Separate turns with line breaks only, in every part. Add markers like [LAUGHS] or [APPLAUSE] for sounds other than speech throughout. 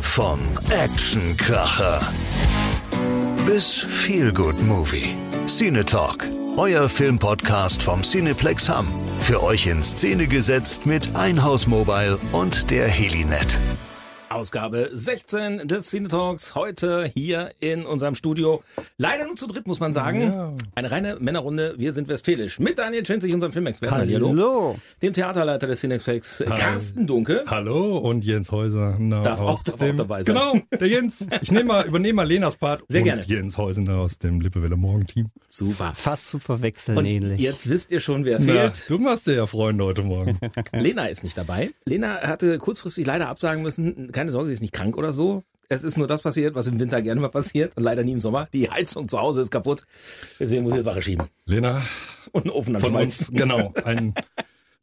Vom Actionkracher bis Feelgood Movie. Cine Talk, euer Filmpodcast vom Cineplex Hamm. Für euch in Szene gesetzt mit Einhaus Mobile und der Helinet.
Ausgabe 16 des Cine Talks heute hier in unserem Studio. Leider nur zu dritt, muss man sagen. Eine reine Männerrunde. Wir sind westfälisch. Mit Daniel Schinzig, unserem Filmexperten.
Hallo.
Dem Theaterleiter des Cineflex, Carsten Dunke.
Hallo und Jens Häuser.
Darf auch- darf auch dabei sein.
Genau, der Jens. Ich nehme mal, übernehme mal Lenas Part
Sehr
und
gerne.
Jens Häuser aus dem Lippewelle Morgen Team.
Super.
Fast zu verwechseln
Und
ähnlich.
jetzt wisst ihr schon, wer fehlt.
du machst dir ja Freunde
[LAUGHS]
heute Morgen.
Lena ist nicht dabei. Lena hatte kurzfristig leider absagen müssen. Keine Sorge, sie ist nicht krank oder so. Es ist nur das passiert, was im Winter gerne mal passiert und leider nie im Sommer. Die Heizung zu Hause ist kaputt. Deswegen muss ich jetzt Wache schieben
Lena,
und einen Ofen
von uns,
anschmeißen.
genau, einen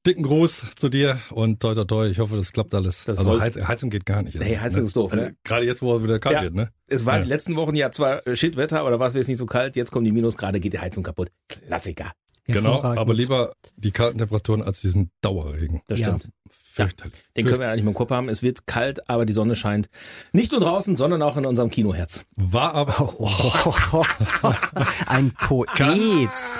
dicken Gruß zu dir und toi toi toi. Ich hoffe, das klappt alles.
Das
also
soll's-
Heiz Heizung geht gar nicht. Also,
Nee, Heizung ist doof, ne?
Gerade jetzt, wo es wieder kalt
Ja.
wird, ne?
Es war
Ja.
die letzten Wochen ja zwar äh, Shitwetter oder war es jetzt nicht so kalt, jetzt kommen die Minusgrade, geht die Heizung kaputt. Klassiker.
Genau,
Hervorragend.
aber lieber die kalten Temperaturen als diesen Dauerregen.
Das
Ja.
stimmt.
Fürchterlich.
Den können wir eigentlich im Kopf haben. Es wird kalt, aber die Sonne scheint. Nicht nur draußen, sondern auch in unserem Kinoherz.
War aber
[LAUGHS] Oh, Ein Poet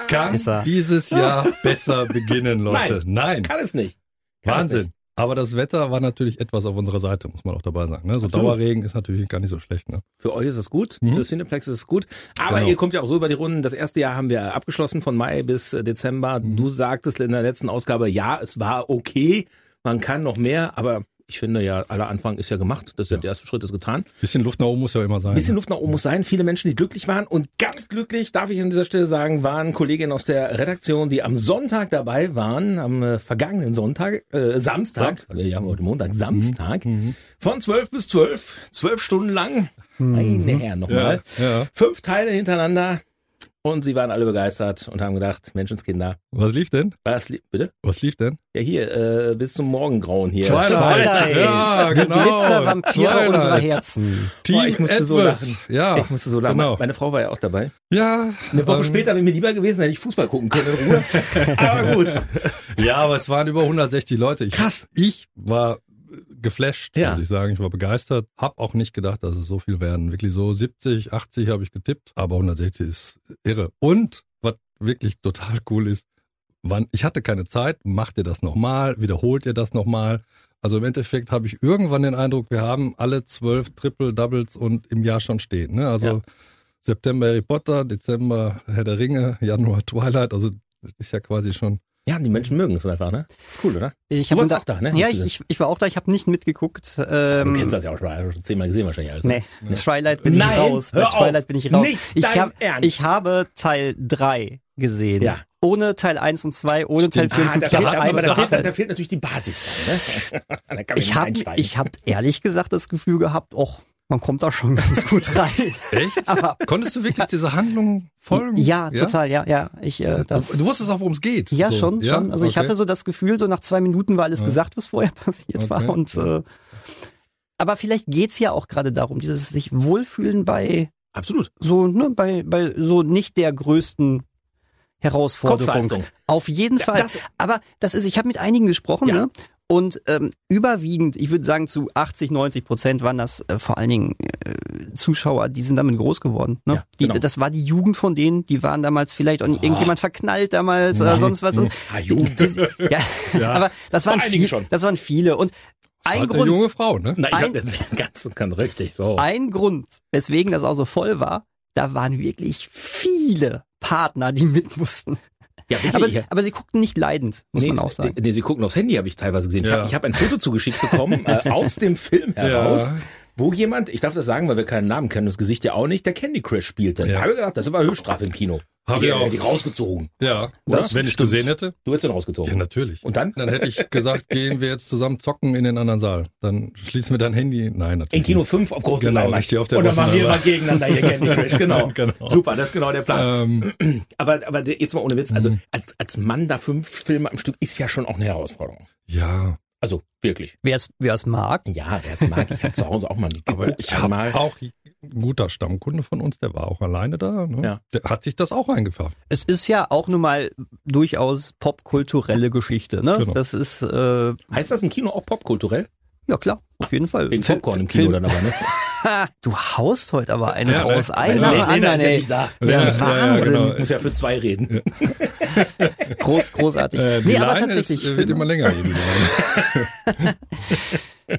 kann
ist er.
dieses
[LAUGHS]
Jahr besser beginnen, Leute. Nein.
Kann es nicht. Kann es
Wahnsinn. Aber das Wetter war natürlich etwas auf unserer Seite, muss man auch dabei sagen. Ne? So
Absolut.
Dauerregen ist natürlich gar nicht so schlecht. Ne?
Für euch ist es gut,
Mhm.
für Cineplex ist es gut. Aber
Genau.
ihr kommt ja auch so über die Runden. Das erste Jahr haben wir abgeschlossen, von Mai bis äh, Dezember.
Mhm.
Du sagtest in der letzten Ausgabe, ja, es war okay, man kann noch mehr, aber ich finde ja, aller Anfang ist ja gemacht. Das ist ja.
Ja.
der erste Schritt ist getan.
Bisschen Luft nach oben muss ja immer sein.
Ein bisschen Luft nach oben muss sein. Viele Menschen, die glücklich waren und ganz glücklich, darf ich an dieser Stelle sagen, waren Kolleginnen aus der Redaktion, die am Sonntag dabei waren, am äh, vergangenen Sonntag, äh, Samstag, wir haben heute
Mhm.
Montag, Samstag, von 12 bis 12, 12 Stunden lang. Meine Herren, nochmal.
Mhm. ne? Ja, ja.
Fünf Teile hintereinander und sie waren alle begeistert und haben gedacht, Menschenskinder,
Was lief denn?
was, li- bitte?
Was lief denn?
Ja, hier, äh, bis zum Morgengrauen hier.
Twilight.
Ja,
Die
genau.
Glitzervampire
Twilight.
unserer Herzen.
Team
ich musste so
Edward.
lachen.
Ja.
Ich musste so lachen.
Genau.
Meine Frau war ja auch dabei.
ja.
Eine Woche
ähm,
später wäre mir lieber gewesen, hätte ich Fußball gucken können in Ruhe. Aber gut.
Ja, aber es waren über 160 Leute. Ich,
Krass.
Ich war äh, geflasht,
Ja.
muss ich sagen. Ich war begeistert. Hab auch nicht gedacht, dass es so viel werden. Wirklich so 70, 80 habe ich getippt. Aber 160 ist irre. Und was wirklich total cool ist, wann, ich hatte keine Zeit. Macht ihr das nochmal? Wiederholt ihr das nochmal? Also im Endeffekt habe ich irgendwann den Eindruck, wir haben alle zwölf Triple Doubles und im Jahr schon stehen. Ne? Also
Ja.
September Harry Potter, Dezember Herr der Ringe, Januar Twilight. Also das ist ja quasi schon
Ja, die Menschen mögen es einfach, ne? Ist cool, oder?
Ich
Du
hab
warst
unter-
auch da, ne?
Ja,
Hast
ich,
du
ich, ich war auch da, ich habe nicht mitgeguckt.
Du
Ähm,
kennst das ja auch schon, hast du schon zehnmal gesehen wahrscheinlich alles. ne?
Nee, Twilight bin
Nein,
ich raus. Bei
hör auf.
Twilight bin ich raus.
Nicht
ich,
dein Ernst.
ich habe Teil 3 gesehen.
Ja.
Ohne Teil 1 und 2, ohne Teil 4 und
Ah,
5.
da,
Ich
fehlt,
habe
aber
einen
da, fehlt,
Teil.
da fehlt natürlich die Basis dann, ne? [LAUGHS] da kann man
Ich
nicht
habe
einsteigen.
ich hab ehrlich gesagt das Gefühl gehabt, och, man kommt da schon [LAUGHS] ganz gut rein.
Echt?
Aber
Konntest du wirklich dieser Handlung folgen?
ja, total, ja, ja. Ich, äh, das,
Du wusstest auch, worum es geht.
ja,
So,
schon, schon. Also ich
Okay.
hatte so das Gefühl, so nach zwei Minuten war alles
Ja.
gesagt, was vorher [LAUGHS] passiert war.
Okay.
Und äh, aber vielleicht geht's ja auch gerade darum, dieses sich wohlfühlen bei
Absolut.
so, ne, bei, bei so nicht der größten Herausforderung.
Kopfleistung.
Auf jeden
Ja,
Fall.
das-
Aber das ist, ich habe mit einigen gesprochen,
Ja.
ne? Und ähm, überwiegend, ich würde sagen, zu 80, 90 Prozent waren das äh, vor allen Dingen äh, Zuschauer, die sind damit groß geworden. Ne?
Ja, genau.
die, das war die Jugend von denen, die waren damals vielleicht und irgendjemand verknallt damals oder
Nein.
sonst was. Und,
Ah, Jugend.
das, ja,
[LAUGHS]
Ja.
aber das waren,
Vor einigen
viel,
schon.
das waren viele. Und
Das ist
ein
halt
Grund,
eine junge Frau, ne?
Nein, ich hab
Ein-
jetzt [LAUGHS] ganz, ganz richtig, so.
ein Grund, weswegen das auch so voll war, da waren wirklich viele Partner, die mit mussten.
Ja, wirklich,
Aber,
ja.
aber sie guckten nicht leidend, muss man auch sagen.
Nee, sie gucken aufs Handy, habe ich teilweise gesehen. Ich
Ja.
habe ich hab ein Foto zugeschickt bekommen
[LAUGHS]
äh, aus dem Film heraus,
Ja.
wo jemand, ich darf das sagen, weil wir keinen Namen kennen, das Gesicht ja auch nicht, der Candy Crush spielte.
Ja.
Da habe ich gedacht, das ist aber Höchststrafe im Kino.
Hab ich
ich
auch.
hätte ich rausgezogen.
Ja.
Das
Wenn ich
stimmt.
gesehen hätte?
Du hättest ihn rausgezogen.
Genau.
Ja, natürlich.
Und dann?
Dann hätte ich gesagt, gehen wir jetzt zusammen zocken in den anderen Saal. Dann schließen wir dein Handy. Nein, natürlich.
In
[LAUGHS]
Kino
nicht.
5 auf großen
Genau,
Leinwand.
richtig auf der
Und dann machen wir mal
Leinwand.
gegeneinander hier Candy [LAUGHS] Crush. Genau.
Genau.
Super, das ist genau der Plan.
Ähm,
Aber, aber der- jetzt mal ohne Witz, also als, als Mann da fünf Filme am Stück ist ja schon auch eine Herausforderung.
ja,
Also wirklich.
Wer es wer es mag.
Ja, wer es mag, ich habe zu Hause auch mal
aber
mitgeguckt.
ich habe
einmal.
auch ein guter Stammkunde von uns, der war auch alleine da. Ne?
Ja.
Der hat sich das auch eingepfafft.
Es ist ja auch nun mal durchaus popkulturelle Geschichte. Ne?
Genau.
Das ist, äh,
Heißt das im Kino auch popkulturell?
Ja, klar, auf jeden Fall.
Wegen
Fi-
Popcorn im
Fi-
Kino dann [LAUGHS] aber, ne?
Ha, du haust heute aber einen
Ja,
raus.
ne?
Einen
Ja,
nach dem
nee,
anderen,
ja
ey.
nicht da.
Der
Ja, ja,
Wahnsinn.
genau.
Muss ja für zwei reden.
Groß, großartig.
Äh, die
nee, aber
Line ist,
tatsächlich.
äh, wird immer
Filme,
länger. jede Line.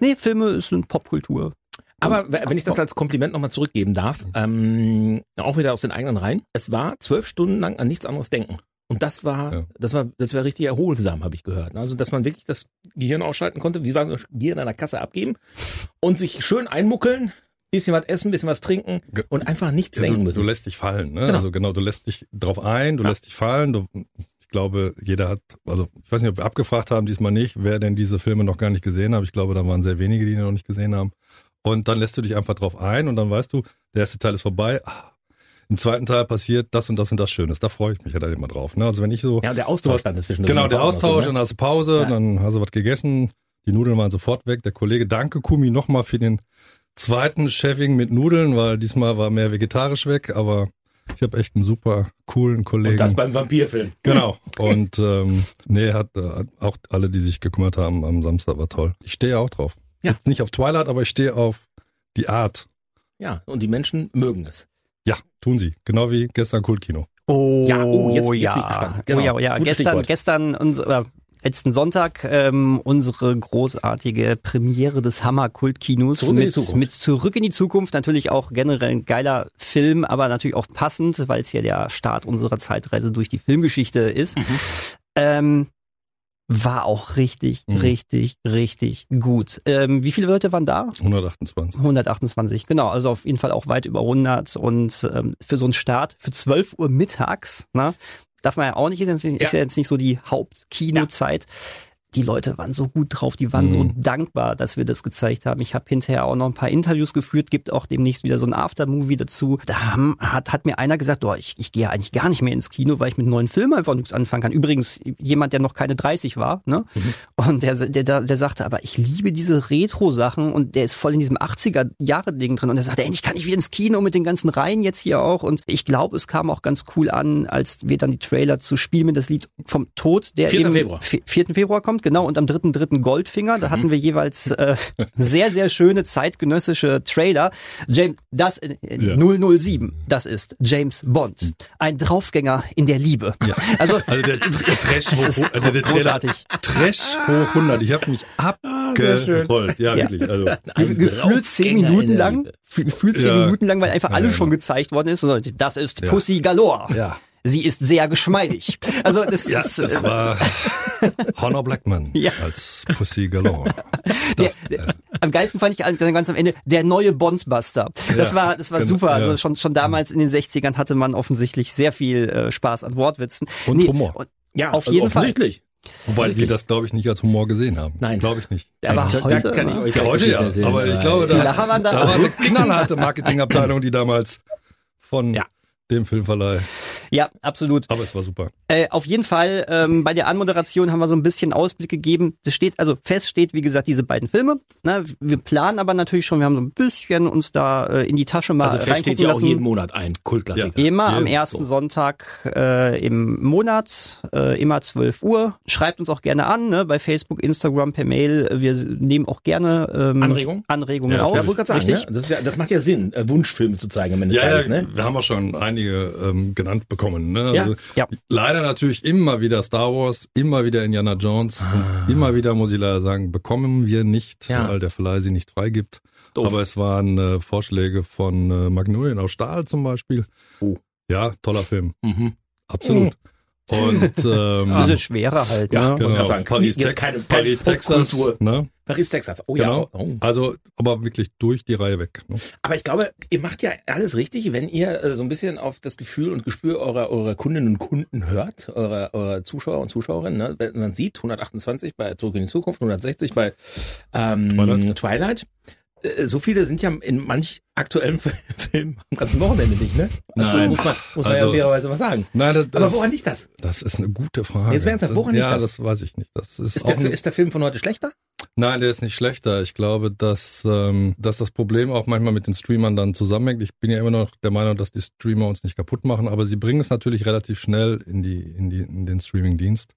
nee, Filme sind Popkultur.
Aber w- wenn ich
oh.
das als Kompliment nochmal zurückgeben darf, ähm, auch wieder aus den eigenen Reihen, es war zwölf Stunden lang an nichts anderes denken. Und das war,
Ja.
das war, das war richtig erholsam, habe ich gehört. Also, dass man wirklich das Gehirn ausschalten konnte, wie beim Gehirn an der Kasse abgeben und sich schön einmuckeln, bisschen was essen, bisschen was trinken
Ge-
und einfach nichts
Ja,
denken
du, du
müssen.
lässt dich fallen. Ne?
Genau.
Also genau, du lässt dich drauf ein, du
Ja.
lässt dich fallen. Du, ich glaube, jeder hat, also ich weiß nicht, ob wir abgefragt haben, diesmal nicht, wer denn diese Filme noch gar nicht gesehen hat. Ich glaube, da waren sehr wenige, die die noch nicht gesehen haben. Und dann lässt du dich einfach drauf ein und dann weißt du, der erste Teil ist vorbei. Ah, Im zweiten Teil passiert das und das und das Schönes. Da freue ich mich ja dann immer drauf. Ne? Also wenn ich so
Ja, und der Austausch dann dazwischen.
Genau, der
ne?
Austausch, dann hast du Pause,
Ja.
dann hast du was gegessen, die Nudeln waren sofort weg. Der Kollege, danke Kumi nochmal für den zweiten Chefing mit Nudeln, weil diesmal war mehr vegetarisch weg, aber ich habe echt einen super coolen Kollegen.
Und das beim Vampirfilm.
genau. Und ähm, nee, hat äh, auch alle, die sich gekümmert haben am Samstag, war toll. Ich stehe auch drauf.
Ja.
Jetzt nicht auf Twilight, aber ich stehe auf die Art.
Ja, und die Menschen mögen es.
Ja, tun sie. Genau wie gestern Kultkino.
Oh,
Ja, oh, jetzt- jetzt bin ich
ja.
gespannt.
Oh, ja,
Genau.
oh, ja.
Gutes
Gestern,
Stichwort.
gestern unser, äh, letzten Sonntag ähm, unsere großartige Premiere des Hammer Kultkinos
Zurück in die
mit,
Zukunft.
mit Zurück in die Zukunft. Natürlich auch generell ein geiler Film, aber natürlich auch passend, weil es ja der Start unserer Zeitreise durch die Filmgeschichte ist.
Mhm.
Ähm, war auch richtig,
Mhm.
richtig, richtig gut. Ähm, wie viele Leute waren da?
128.
128, genau. Also auf jeden Fall auch weit über 100. Und ähm, für so einen Start für 12 Uhr mittags, ne, darf man ja auch nicht, ist ja, nicht- ist ja jetzt nicht so die Hauptkinozeit. Die Leute waren so gut drauf, die waren so
Mhm.
dankbar, dass wir das gezeigt haben. Ich habe hinterher auch noch ein paar Interviews geführt, gibt auch demnächst wieder so ein Aftermovie dazu. Da haben, hat, hat mir einer gesagt, oh, ich, ich gehe ja eigentlich gar nicht mehr ins Kino, weil ich mit neuen Filmen einfach nichts anfangen kann. Übrigens, jemand, der noch keine 30 war, ne? Und der, der, der, der sagte, aber ich liebe diese Retro-Sachen und der ist voll in diesem 80er-Jahre-Ding drin. Und er sagte, endlich kann ich wieder ins Kino mit den ganzen Reihen jetzt hier auch. Und ich glaube, es kam auch ganz cool an, als wir dann die Trailer zu Spiel mit das Lied vom Tod, der
4.
eben
Februar.
Fe- 4. Februar kommt, genau, und am 3.3. Goldfinger.
Mhm.
Da hatten wir
[LAUGHS]
jeweils äh, sehr, sehr schöne zeitgenössische Trailer. James, das äh,
Ja. Mhm.
007, das ist James Bond. Ein Draufgänger in der Liebe. Also,
Also
[LAUGHS]
der, der Trash
es
hoch,
ist
äh, der, der Trailer
großartig. Ah,
Trash hoch 100. Ich habe mich abgerollt. ja,
Ja.
wirklich.
[LAUGHS]
Also,
Ein
gefühlt zehn
Draufgänger
Minuten
in der
lang,
Liebe.
gef- gefühlt zehn
Ja.
Minuten lang, weil einfach
Ja,
alles
ja.
schon gezeigt worden ist. Und das ist Pussy Galore.
ja.
Sie ist sehr geschmeidig. Also das
ja,
ist
das
äh, [LAUGHS]
war Honor Blackman als Pussy Galore.
[LAUGHS]
äh,
der, der, am geilsten fand ich an- dann ganz am Ende der neue Bondbuster. Das
Ja,
war das war
genau,
super. Also
ja.
schon schon damals in den 60ern hatte man offensichtlich sehr viel äh, Spaß an Wortwitzen
Und Humor.
und-
Ja,
also
Auf jeden Fall.
offensichtlich.
Wobei die das, glaube ich, nicht als Humor gesehen haben.
Nein.
Glaube ich nicht.
aber
Da- da
heute
kann ich
war-
euch
Ja,
auch
heute
Geschichten
ja,
erzählen,
aber ich glaube,
die
da-
Lacher waren da.
Da war eine knallharte Marketingabteilung, die damals von
Ja.
dem Filmverleih.
ja, absolut.
Aber es war super.
Äh, auf jeden Fall, ähm, bei der Anmoderation haben wir so ein bisschen Ausblick gegeben. Das steht, also fest steht, wie gesagt, diese beiden Filme. Ne? Wir planen aber natürlich schon, wir haben so ein bisschen uns da äh, in die Tasche mal
also fest steht
reingucken
ja auch
lassen.
jeden Monat ein Kultklassiker.
Immer am
Jeden-
ersten Sonntag äh, im Monat, äh, immer 12 Uhr. Schreibt uns auch gerne an, ne? bei Facebook, Instagram, per Mail. Wir nehmen auch gerne ähm,
Anregungen?
Anregungen
Ja,
auf.
Ja, wollte gerade sagen,
genau. richtig?
ne? das, ist ja, das macht ja Sinn, äh, Wunschfilme zu zeigen am Ende
Ja,
des Tages.
ja,
Ne?
wir haben auch schon einige ähm, genannt bekommen. Ne?
Ja.
Also,
Ja.
Leider natürlich immer wieder Star Wars, immer wieder Indiana Jones. Und immer wieder, muss ich leider sagen, bekommen wir nicht,
Ah. Ja.
weil der Verleih sie nicht freigibt.
Doof.
Aber es waren äh, Vorschläge von äh, Magnolien aus Stahl zum Beispiel.
Oh. Mm.
Ja, toller Film.
Mhm.
Absolut. Und
[LAUGHS]
ähm,
Ah.
Ein bisschen schwerer halt.
Ja, genau.
ne?
wollte gerade sagen,
genau. Paris,
jetzt
Tex-
keine- keine
Paris Texas.
Popkultur.
Ne?
Paris, Texas. Oh
Genau.
ja. Oh.
Also, aber wirklich durch die Reihe weg. Ne?
Aber ich glaube, ihr macht ja alles richtig, wenn ihr äh, so ein bisschen auf das Gefühl und Gespür eurer, eurer Kundinnen und Kunden hört, eurer, eurer Zuschauer und Zuschauerinnen. Ne? Wenn man sieht, 128 bei Zurück in die Zukunft, 160 bei ähm, Twilight.
Twilight.
Äh, So viele sind ja in manch aktuellen [LAUGHS] Film am ganzen Wochenende nicht, ne? Also
Nein.
muss man, muss man ja
Also-
fairerweise was sagen.
Nein, das,
Aber
das,
woran liegt das?
das ist eine gute Frage.
Jetzt ernsthaft, woran
ja,
liegt das?
das weiß ich nicht. Das ist,
Ist
auch
der,
eine-
ist der Film von heute schlechter?
Nein, der ist nicht schlechter. Ich glaube, dass, ähm, dass das Problem auch manchmal mit den Streamern dann zusammenhängt. Ich bin ja immer noch der Meinung, dass die Streamer uns nicht kaputt machen, aber sie bringen es natürlich relativ schnell in, die, in, die, in den Streamingdienst.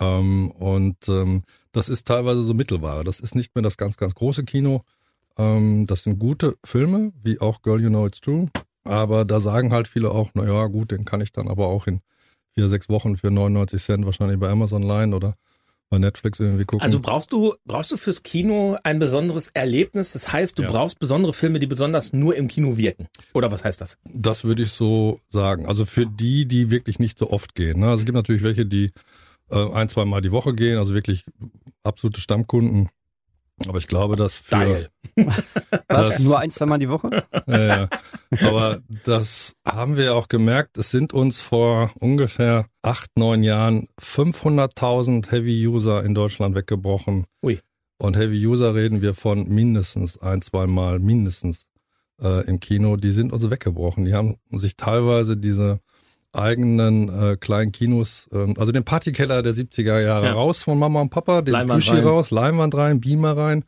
Ähm, und ähm, das ist teilweise so Mittelware. Das ist nicht mehr das ganz, ganz große Kino. Ähm, das sind gute Filme, wie auch Girl You Know It's True. Aber da sagen halt viele auch, naja, gut, den kann ich dann aber auch in vier, sechs Wochen für 99 Cent wahrscheinlich bei Amazon leihen oder bei Netflix irgendwie gucken.
Also brauchst du, brauchst du fürs Kino ein besonderes Erlebnis? Das heißt, du
Ja.
brauchst besondere Filme, die besonders nur im Kino wirken. Oder was heißt das?
Das würde ich so sagen. Also für die, die wirklich nicht so oft gehen. Ne? Also es gibt natürlich welche, die äh, ein, zwei Mal die Woche gehen, also wirklich absolute Stammkunden. Aber ich glaube, dass für
Daniel.
Was?
Das-
Nur ein, zweimal die Woche?
Ja, ja. Aber das haben wir auch gemerkt. Es sind uns vor ungefähr acht, neun Jahren 500.000 Heavy-User in Deutschland weggebrochen.
Ui.
Und Heavy-User reden wir von mindestens ein, zweimal, mindestens äh, im Kino. Die sind uns weggebrochen. Die haben sich teilweise diese eigenen äh, kleinen Kinos, ähm, also den Partykeller der 70er Jahre
Ja.
raus von Mama und Papa, den
Leinwand
Plüschi
rein.
raus, Leinwand rein, Beamer rein.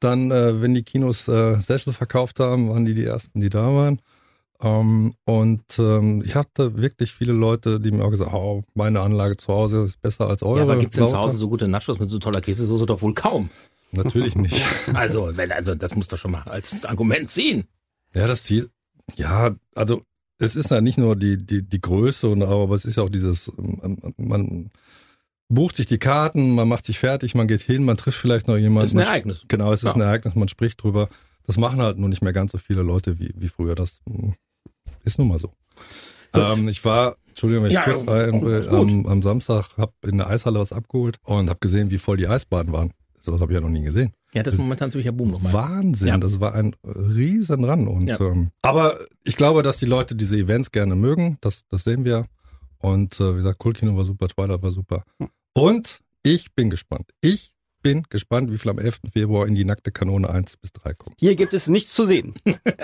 Dann, äh, wenn die Kinos äh, Sessel verkauft haben, waren die die ersten, die da waren. Ähm, und ähm, ich hatte wirklich viele Leute, die mir auch gesagt haben, oh, meine Anlage zu Hause ist besser als eure.
Ja, aber gibt's denn zu
Lauter.
Hause so gute Nachos mit so toller Käsesoße? Doch wohl kaum.
Natürlich nicht.
[LAUGHS] Also, wenn, also das muss doch schon mal als Argument ziehen.
ja, das Ziel, ja, also es ist ja nicht nur die, die, die Größe, und, aber es ist ja auch dieses, ähm, man bucht sich die Karten, man macht sich fertig, man geht hin, man trifft vielleicht noch jemanden.
Das ist ein
man
Ereignis.
Genau, es ist
Ja.
ein Ereignis, man spricht drüber. Das machen halt nur nicht mehr ganz so viele Leute wie, wie früher. Das mm, ist nun mal so.
Gut.
Ähm, ich war, Entschuldigung, wenn ich
Ja, oh,
kurz ein will,
alles gut.
am, am Samstag habe in der Eishalle was abgeholt und habe gesehen, wie voll die Eisbahnen waren. Sowas habe ich ja noch nie gesehen.
Ja, das ist momentan ziemlicher Boom nochmal.
Wahnsinn,
Ja.
das war ein riesen Run. Und,
Ja.
ähm, aber ich glaube, dass die Leute diese Events gerne mögen. Das, das sehen wir. Und äh, wie gesagt, Kultkino war super, Twilight war super.
Hm.
Und ich bin gespannt. Ich bin gespannt, wie viel am 11. Februar in die nackte Kanone 1 bis 3 kommen.
Hier gibt es nichts zu sehen.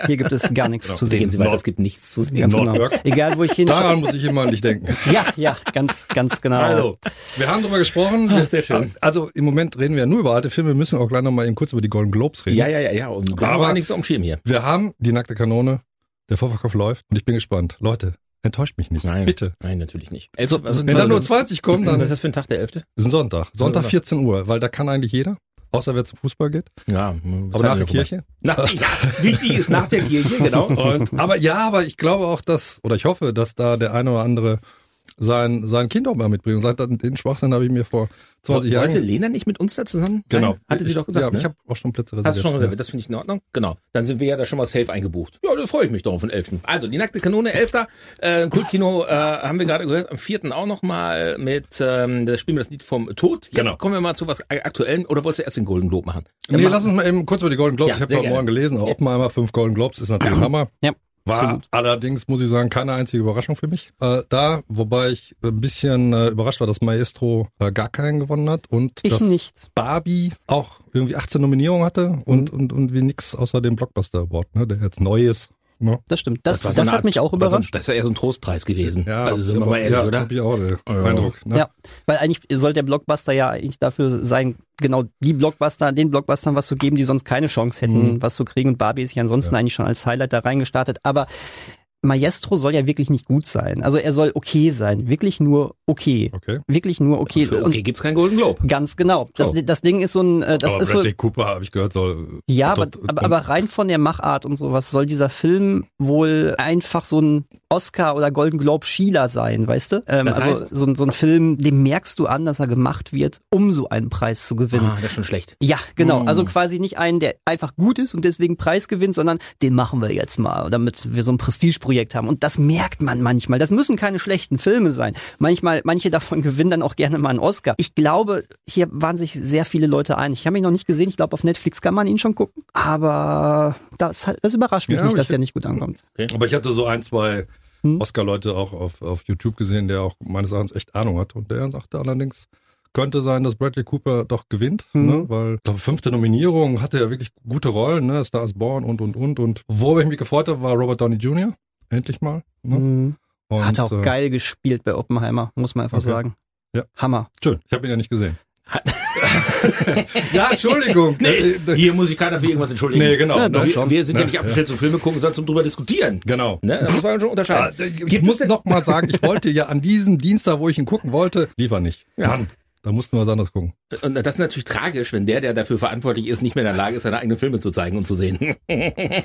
Hier gibt es gar nichts zu
Genau. Gehen Sie
sehen.
weiter, es gibt nichts zu sehen.
Ganz genau. Egal, wo ich hinschaue.
Daran muss ich immer an dich denken.
[LAUGHS]
Ja, ja, ganz, ganz genau.
Also,
Wir haben drüber gesprochen.
Ah, sehr schön.
Also im Moment reden wir ja nur über alte Filme. Wir müssen auch gleich nochmal eben kurz über die Golden Globes reden.
Genau. ja, ja, ja, ja. Und da
Aber-
war nichts am Schirm hier.
Wir haben die nackte Kanone. Der Vorverkauf läuft und ich bin gespannt. Leute, enttäuscht mich nicht. Bitte.
Nein, natürlich nicht.
So, Also, wenn da nur 20 kommen,
Was
dann
ist
ist
[LAUGHS] das für ein Tag, der 11.?
es ein Sonntag. Sonntag
Sonntag.
14 Uhr, weil da kann eigentlich jeder, außer wer zum Fußball geht,
Ja.
aber nach der Kirche.
Nach, [LAUGHS] ja, wichtig ist nach der Kirche, [LAUGHS] genau.
Und, aber ja, aber ich glaube auch, dass, oder ich hoffe, dass da der eine oder andere sein, sein Kind auch mal mitbringt und sagt, den Schwachsinn habe ich mir vor 20 Jahren.
Wollte Lena nicht mit uns da zusammen? Nein, hatte sie
Ich-
doch gesagt.
Ja,
ne?
ich habe auch schon Plätze reserviert.
Hast du schon reserviert? Das finde ich in Ordnung. Genau. Dann sind wir ja da schon mal safe eingebucht. Ja, da freue ich mich drauf, den 11. Also, die nackte Kanone, 11. Äh, Kultkino äh, haben wir gerade gehört. Am 4. auch nochmal mit, ähm, da spielen wir das Lied vom Tod. Jetzt
Genau.
kommen wir mal zu was Aktuellen. Oder wolltest du erst den Golden Globe machen?
Nee,
Dann
lass uns mal eben kurz über die Golden Globes.
Ja,
ich habe
sehr
heute Morgen gelesen, auch Oppenheimer, fünf Golden Globes ist
[CLEARS THROAT]
natürlich Hammer.
Ja,
War
absolut.
allerdings, muss ich sagen, keine einzige Überraschung für mich. Äh, da, wobei ich ein bisschen äh, überrascht war, dass Maestro äh, gar keinen gewonnen hat und
Ich
dass
nicht.
Barbie auch irgendwie 18 Nominierungen hatte und,
Mhm.
und, und wie nix außer dem Blockbuster Award, ne, der jetzt neu ist. Ne?
Das stimmt. Das, das,
so eine
hat
Art-
mich auch
war so ein-
überrascht.
Das ist ja eher so ein Trostpreis gewesen. also sind wir
aber-
mal ehrlich,
ja,
oder?
Hab ich auch den
Ja.
Eindruck. Ne?
Ja, weil eigentlich soll der Blockbuster ja eigentlich dafür sein, genau die Blockbuster, den Blockbustern was zu geben, die sonst keine Chance hätten, was zu kriegen. Und Barbie ist ja ansonsten eigentlich schon als Highlight da reingestartet. Aber Maestro soll ja wirklich nicht gut sein. Also er soll okay sein. Wirklich nur okay.
Okay.
Wirklich nur okay.
Für okay
Und
gibt's keinen Golden Globe.
ganz genau. Das,
So.
das Ding ist so ein, äh, das
aber
ist so,
Bradley Cooper, habe ich gehört, soll. äh,
ja, aber,
dort-
aber, aber rein von der Machart und sowas soll dieser Film wohl einfach so ein Oscar oder Golden Globe Schieler sein, weißt du? Ähm,
Das
also
heißt?
so, ein- so ein Film, dem merkst du an, dass er gemacht wird, um so einen Preis zu gewinnen.
Ah, das ist schon schlecht.
Ja, genau.
Hm.
Mm.
Also quasi nicht einen, der einfach gut ist und deswegen Preis gewinnt, sondern den machen wir jetzt mal, damit wir so ein Prestigeprojekt haben. Und das merkt man manchmal. Das müssen keine schlechten Filme sein. Manchmal, manche davon [LAUGHS] gewinnen dann auch gerne mal einen Oscar. Ich glaube, hier waren sich sehr viele Leute einig. Ich habe ihn noch nicht gesehen. Ich glaube, auf Netflix kann man ihn schon gucken. Aber das, das überrascht mich
Ja,
nicht,
aber
dass
ich-
der nicht gut ankommt.
Aber ich hatte so ein, zwei
Hm.
Oscar-Leute auch auf, auf YouTube gesehen, der auch meines Erachtens echt Ahnung hat. Und der sagte allerdings, könnte sein, dass Bradley Cooper doch gewinnt,
Mhm.
ne? weil ich glaube, fünfte Nominierung hatte er wirklich gute Rollen, ne? Star is Born und, und, und. Und wo ich mich gefreut habe, war Robert Downey Jr., endlich mal. Ne?
Mhm.
Und,
Hat auch
äh,
geil gespielt bei Oppenheimer, muss man einfach
Okay.
sagen.
Ja.
Hammer.
Schön, ich habe ihn ja nicht gesehen. [LAUGHS] ja,
[LAUGHS]
Entschuldigung. Äh, äh,
Hier muss ich keiner für irgendwas entschuldigen.
Nee, genau.
Ja,
ne?
doch
wir, wir sind ja
Ne?
nicht abgestellt zum Filme gucken, sondern zum drüber diskutieren.
Genau.
Ne? Das muss man schon
Ja,
unterscheiden.
ich
Gibt es
muss
denn-
noch mal sagen, ich wollte ja an diesem Dienstag, wo ich ihn gucken wollte, lief er nicht.
Ja.
Mann, Da mussten wir was anderes gucken.
Und das ist natürlich tragisch, wenn der, der dafür verantwortlich ist, nicht mehr in der Lage ist, seine eigenen Filme zu zeigen und zu sehen. [LAUGHS]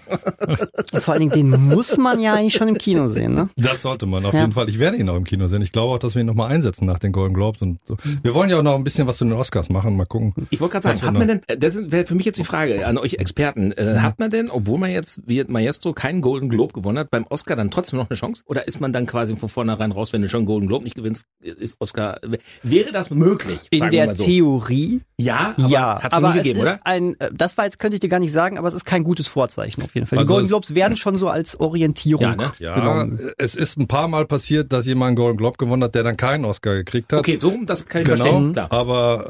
Und vor allen Dingen, den muss man ja eigentlich schon im Kino sehen, ne?
Das sollte man auf
Ja.
jeden Fall. Ich werde ihn auch im Kino sehen. Ich glaube auch, dass wir ihn nochmal einsetzen nach den Golden Globes und so. Wir wollen ja auch noch ein bisschen was zu den Oscars machen. Mal gucken.
Ich wollte gerade sagen,
Was
hat
für
man denn, äh, das wäre für mich jetzt die Frage an euch Experten, äh,
Mhm.
hat man denn, obwohl man jetzt wie Maestro keinen Golden Globe gewonnen hat, beim Oscar dann trotzdem noch eine Chance? Oder ist man dann quasi von vornherein raus, wenn du schon einen Golden Globe nicht gewinnst, ist Oscar, w- wäre das möglich?
In
Fragen wir
der
mal so.
Theorie,
Ja, aber
ja.
hat's
aber
nie gegeben,
es ist
oder?
ein, äh, das war jetzt, könnte ich dir gar nicht sagen, aber es ist kein gutes Vorzeichen auf jeden Fall. Die
Also
Golden
es-
Globes werden schon so als Orientierung
Ja, ne?
Ja,
genommen.
Genau. es ist ein paar Mal passiert, dass jemand einen Golden Globe gewonnen hat, der dann keinen Oscar gekriegt hat.
Okay, so rum, das kann ich
genau.
verstehen, klar.
Also
Aber, ähm,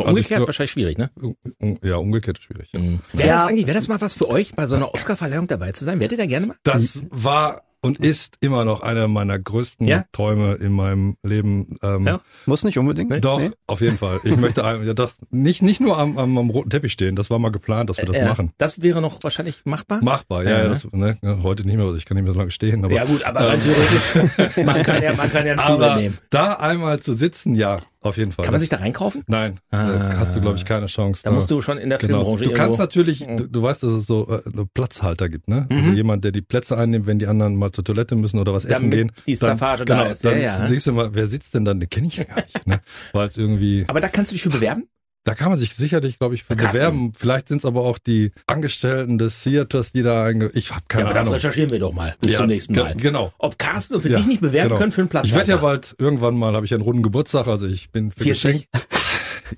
Aber
also ich
umgekehrt Mhm. wahrscheinlich schwierig, ne?
glaub- um- ja, umgekehrt ist schwierig.
Wäre
Ja.
das eigentlich, wäre das mal was für euch, bei so einer Oscar-Verleihung dabei zu sein? Werdet ihr da gerne mal?
Das war und ist immer noch einer meiner größten
Ja?
Träume in meinem Leben. Ähm,
Ja.
Muss nicht unbedingt.
Doch,
Nee.
auf jeden Fall. Ich möchte einem, ja, das, nicht, nicht nur am, am, am roten Teppich stehen, das war mal geplant, dass wir das
Äh,
machen.
Das wäre noch wahrscheinlich machbar?
Machbar, ja,
Ja,
ja,
ne?
das, ne, ne, heute nicht mehr, also ich kann nicht mehr so lange stehen. Aber,
ja gut, aber ähm, rein [LAUGHS] theoretisch, man kann ja, man kann ja einen Stuhl
aber
nehmen.
da einmal zu sitzen, ja, auf jeden Fall.
Kann man sich da reinkaufen?
Nein, äh,
Ah.
hast du, glaube ich, keine Chance.
Da musst du schon in der
Genau.
Filmbranche
Du kannst
irgendwo- Mhm.
natürlich, du, du weißt, dass es so äh, Platzhalter gibt, ne? Also jemand, der die Plätze einnimmt, wenn die anderen mal zur Toilette müssen oder was essen
Damit
gehen.
die Staffage da
genau,
ist. Ja,
Dann
ja. ne?
siehst du mal, wer sitzt denn dann? Den kenne ich ja gar
[LAUGHS]
nicht, ne? Weil es irgendwie,
Aber da kannst du dich für bewerben?
da kann man sich sicherlich, glaube ich, für
Krass.
bewerben. Vielleicht sind es aber auch die Angestellten des Theaters, die da einge... Ich habe keine
ja, aber
Ahnung.
das recherchieren wir doch mal. Bis
Ja,
zum nächsten
ge-
Mal.
Genau.
Ob Carsten und wir
Ja,
dich nicht bewerben
genau.
können für einen Platz.
Ich werde ja
Alter.
bald irgendwann mal, habe ich einen runden Geburtstag, also ich bin für
40.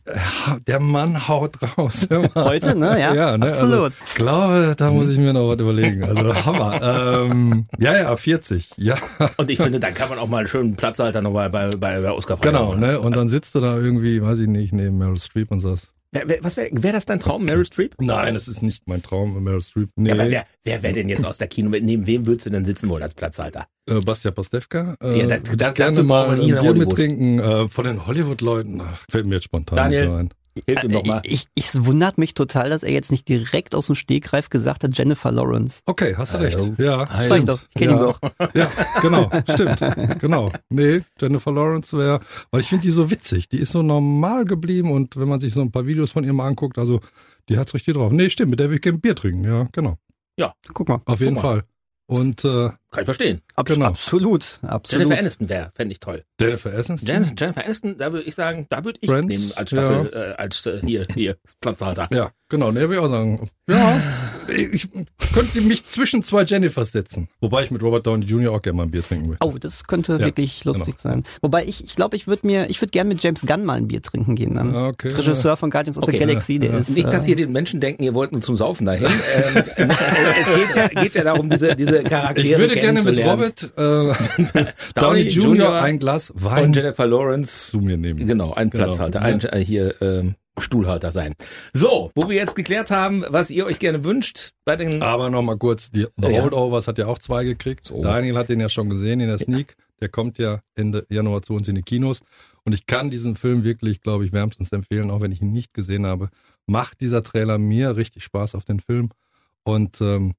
Geschenk- Der Mann haut raus. [LAUGHS] immer.
Heute, ne? Ja,
ne?
absolut.
Also, ich glaube, da muss ich mir noch was überlegen. Also
[LAUGHS]
Hammer. ähm, ja, ja, 40. Ja, [LAUGHS]
Und ich finde, dann kann man auch mal einen schönen Platzhalter noch bei, bei, bei der Oscar
genau. Ne? Und dann sitzt du da irgendwie, weiß ich nicht, neben Meryl Streep und sagst,
Wer, wer, was wäre wär das dein Traum, Meryl Streep?
nein, das ist nicht mein Traum, Meryl Streep. Nee,
Ja, aber wer, wer wäre denn jetzt aus der Kino? Neben wem würdest du denn sitzen wollen als Platzhalter?
äh, Bastia Pastewka. Äh,
Ja, da-
würd ich
da-
gerne
dafür
mal
brauchen wir
ein
nie
Bier
nach Hollywood.
mittrinken. Äh, von den Hollywood-Leuten. Ach, Fällt mir jetzt spontan
Daniel.
nicht so ein.
Hilf ihm doch mal.
Äh, Ich, ich, es wundert mich total, dass er jetzt nicht direkt aus dem Stegreif gesagt hat, Jennifer Lawrence.
Okay, hast du
Also,
recht. Ja,
also,
Sag ich doch, ich kenne
ja.
ihn doch.
Ja, genau, stimmt. Genau. Nee, Jennifer Lawrence wäre, weil ich finde die so witzig. Die ist so normal geblieben und wenn man sich so ein paar Videos von ihr mal anguckt, also die hat's richtig drauf. Nee, stimmt, mit der will ich gerne Bier trinken. Ja, genau.
Guck mal.
Auf jeden
mal.
Fall. Und äh,
Kann ich verstehen.
Abs
Genau.
Absolut, absolut.
Jennifer Aniston wäre, fände ich toll.
Jennifer Essence?
Jen, Jennifer Aniston, da würde ich sagen, da würde ich
Friends,
nehmen als Staffel, äh, als äh, hier, hier, Platzhalter.
Ja, genau. Nee, will ich auch sagen. Ja, ich könnte mich zwischen zwei Jennifers setzen. Wobei ich mit Robert Downey Jr. auch gerne mal ein Bier trinken will.
Oh, das könnte
Ja,
wirklich
genau.
lustig sein. Wobei ich, ich glaube, ich würde mir, ich würde gerne mit James Gunn mal ein Bier trinken gehen. Dann.
Okay.
Regisseur von Guardians of
Ah, Okay.
the Galaxy, der ist.
Nicht, dass
äh,
hier den Menschen denken, ihr wollt nur zum Saufen
[LAUGHS]
dahin. ähm, es geht ja, geht ja darum, diese, diese Charaktere
Ich würde gerne mit
kennenzulernen.
Robert äh, [LAUGHS] Downey Jr. ein Glas Wein
und Jennifer Lawrence.
zu mir nehmen.
Genau, ein
Genau.
Platzhalter, ein äh, hier ähm, Stuhlhalter sein. So, wo wir jetzt geklärt haben, was ihr euch gerne wünscht bei den
Aber nochmal kurz, die The
Ja. Oh.
Holdovers hat ja auch zwei gekriegt.
So.
Daniel hat den ja schon gesehen in der Sneak. Der kommt ja Ende Januar zu uns in die Kinos. Und ich kann diesen Film wirklich, glaube ich, wärmstens empfehlen, auch wenn ich ihn nicht gesehen habe. Macht dieser Trailer mir richtig Spaß auf den Film. Und ähm,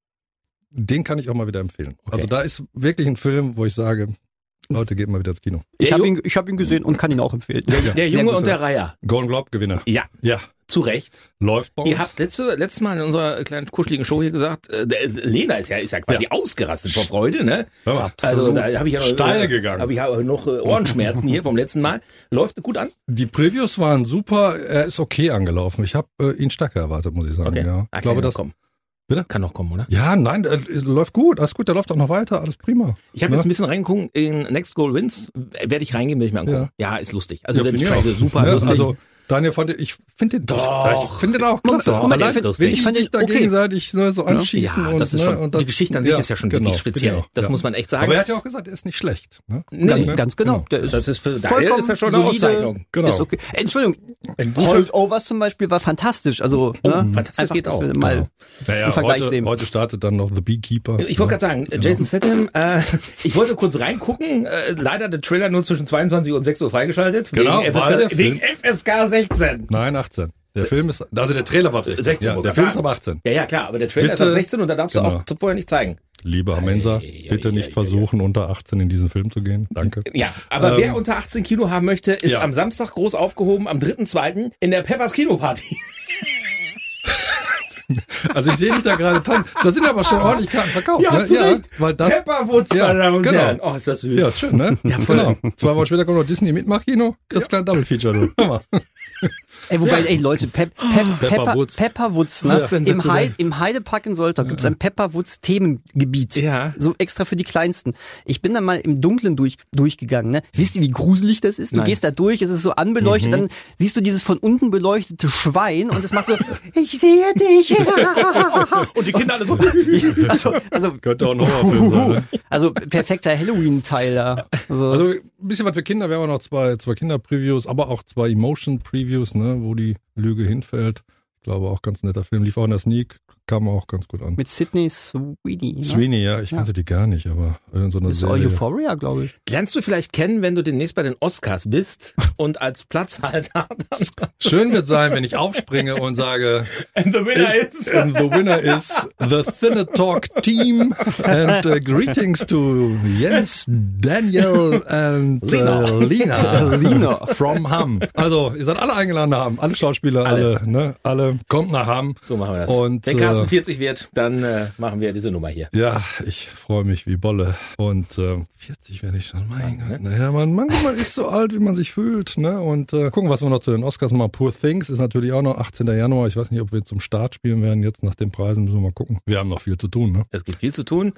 den kann ich auch mal wieder empfehlen. Also da ist wirklich ein Film, wo ich sage, Leute, geht mal wieder ins Kino.
ich
der,
habe
Ju-
ihn, ich hab ihn gesehen und kann ihn auch empfehlen.
der
Sehr
Junge
gut
und
so.
der Reiher.
Golden Globe Gewinner.
Ja,
Ja,
zu Recht.
läuft bei uns.
Ihr habt letzte, letztes Mal in unserer kleinen kuscheligen Show hier gesagt, äh, der, Lena ist ja, ist ja quasi ausgerastet vor Freude, ne?
Hör mal.
Also da habe ich ja noch,
Steil gegangen.
Habe ich ja noch äh, Ohrenschmerzen hier vom letzten Mal. Läuft gut an?
Die Previews waren super, er ist okay angelaufen. Ich habe äh, ihn stärker erwartet, muss ich sagen. Ja.
Ah,
Ich
kann
glaube,
noch
das
kommen.
Bitte?
Kann noch kommen, oder?
Ja, nein, der ist- läuft gut, alles gut, der läuft auch noch weiter, alles prima.
Ich habe
Ne?
jetzt ein bisschen reingeguckt in Next Goal Wins. Werde ich reingehen, werde ich mir angucken. Ja, ist lustig. Also
Ja,
der
finde ich
Trailer
auch.
ist super
Ne?
lustig.
Also Daniel fand den, ich finde den
Doch.
ich finde den auch klasse.
Doch, der
Allein,
ist lustig.
wenn
Ich
ich
fand
fand sich
den-
da
okay.
gegenseitig ne, so anschießen
ja,
und,
das ist schon,
ne, und dann-
die Geschichte an sich ist ja schon
genau,
wirklich speziell.
finde ich auch,
das
ja.
muss man echt sagen.
Aber er hat ja auch gesagt, er ist nicht schlecht. Ne?
Ganz, ganz genau. Der ist
das ist für
vollkommen solide.
Genau.
Ist okay. Entschuldigung,
guter-
Holdovers zum Beispiel war fantastisch. Also, ne?
Oh, fantastisch
Einfach,
geht
dass
auch.
wir Mal
Genau. Naja,
einen Vergleich
heute,
sehen.
heute startet dann noch The Beekeeper. ne?
Ich wollte gerade
Genau.
sagen, Jason Statham, äh, ich wollte kurz reingucken, äh, leider der Trailer nur zwischen 22 und 6 Uhr freigeschaltet.
Genau,
wegen
weil der
FSK, wegen FSK 16.
Nein, 18. Der Film ist, also der Trailer war 16.
16
ja,
wollte
der
ich
Film
grad
ist aber 18.
Ja, ja, klar, aber der Trailer ist
Bitte.
ab 16 und da darfst du
Genau.
auch vorher nicht zeigen.
lieber Mensa,
Ei,
bitte
ei,
nicht
ei,
versuchen, unter 18 in diesen Film zu gehen. Danke.
Ja, aber
Ähm,
wer unter 18 Kino haben möchte, ist
ja.
am Samstag groß aufgehoben, am 3.2. in der Peppers
[LAUGHS]
Kinoparty.
[LAUGHS] Also ich sehe dich da gerade tanzen. Da sind aber schon ordentlich Karten verkauft. ne? weil das
Pepperwoods,
Ja,
meine Damen und
genau.
Herren. Oh, ist das süß.
Ja, ist
[LAUGHS]
schön, ne?
Ja, voll.
genau. Zwei Wochen später kommt noch Disney mit Machino. Das kleine Double Feature, du.
[LAUGHS]
Hör mal.
Ey, wobei, ey Leute, Pep, Pep,
Pepperwoods.
Pepperwoods, Pepperwoods ne?
Ja.
Im, Heid, Im Heidepark in Soltau gibt's ein Pepperwoods-Themengebiet.
Ja.
So extra für die Kleinsten. Ich bin da mal im Dunkeln durch, durchgegangen. Ne? Wisst ihr, wie gruselig das ist? Du
Nein.
gehst da durch, es ist so anbeleuchtet, dann siehst du dieses von unten beleuchtete Schwein und es macht so, [LAUGHS] ich sehe dich.
Und die Kinder alle
[LAUGHS]
so.
also, also,
Könnte auch ein Horrorfilm sein, ne?
also perfekter Halloween-Teil da. Also,
Also ein bisschen was für Kinder. Wir haben auch noch zwei, zwei Kinder-Previews, aber auch zwei Emotion-Previews, ne? Wo die Lüge hinfällt. Ich glaube, auch ganz netter Film. Lief auch in der Sneak. Kam auch ganz gut an.
mit Sydney Sweeney. Ne?
Sweeney, ja. Ich
Ja.
kannte die gar nicht, aber in so einer
Ist all
Serie.
Euphoria, glaube ich.
Lernst du vielleicht kennen, wenn du demnächst bei den Oscars bist und als Platzhalter [LAUGHS] dann.
Schön wird sein, wenn ich aufspringe und sage,
And the winner is.
And the winner is the Thinner Talk team. And uh, greetings to Jens, Daniel and Lina. Uh, Lina. Lina. From Hamm. Also, ihr seid alle eingeladen nach Hamm. Alle Schauspieler, alle. ne? alle. Kommt nach Hamm.
So machen wir das.
Und,
Wenn Carsten
äh,
40 wird, dann äh, machen wir diese Nummer hier.
Ja, ich freue mich wie Bolle. Und äh, 40 werde ich schon. Mein Gott, naja, man, manchmal ist so alt, wie man sich fühlt. Ne? Und äh, gucken, was wir noch zu den Oscars machen. Poor Things ist natürlich auch noch 18. Januar. Ich weiß nicht, ob wir zum Start spielen werden. Jetzt nach den Preisen müssen wir mal gucken. Wir haben noch viel zu tun. Ne?
Es gibt viel zu tun.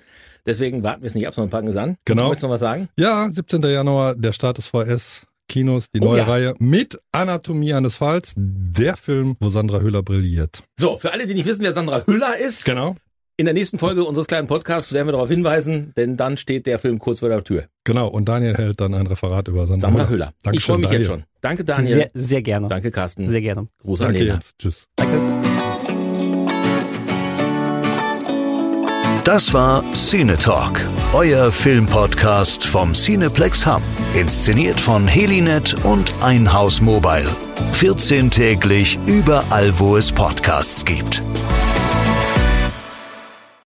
Deswegen warten wir es nicht ab, sondern packen es an.
Genau.
Du möchtest noch was sagen?
Ja, 17. Januar, der Start des VS. Kinos, die
Oh
neue
ja.
Reihe mit Anatomie eines Falls, der Film, wo Sandra Hüller brilliert.
So, für alle, die nicht wissen, wer Sandra Hüller ist,
Genau.
in der nächsten Folge unseres kleinen Podcasts werden wir darauf hinweisen, denn dann steht der Film kurz vor der Tür.
Genau, und Daniel hält dann ein Referat über Sandra,
Sandra Hüller. ich
Dankeschön,
freue mich jetzt
Daniel.
schon. Danke, Daniel.
Sehr, sehr gerne.
Danke, Carsten.
Sehr gerne.
Gruß an
Danke,
Lena.
Jens. Tschüss.
Das war Cine Talk, euer Filmpodcast vom Cineplex Hamm. Inszeniert von Helinet und Einhaus Mobile. 14 täglich überall, wo es Podcasts gibt.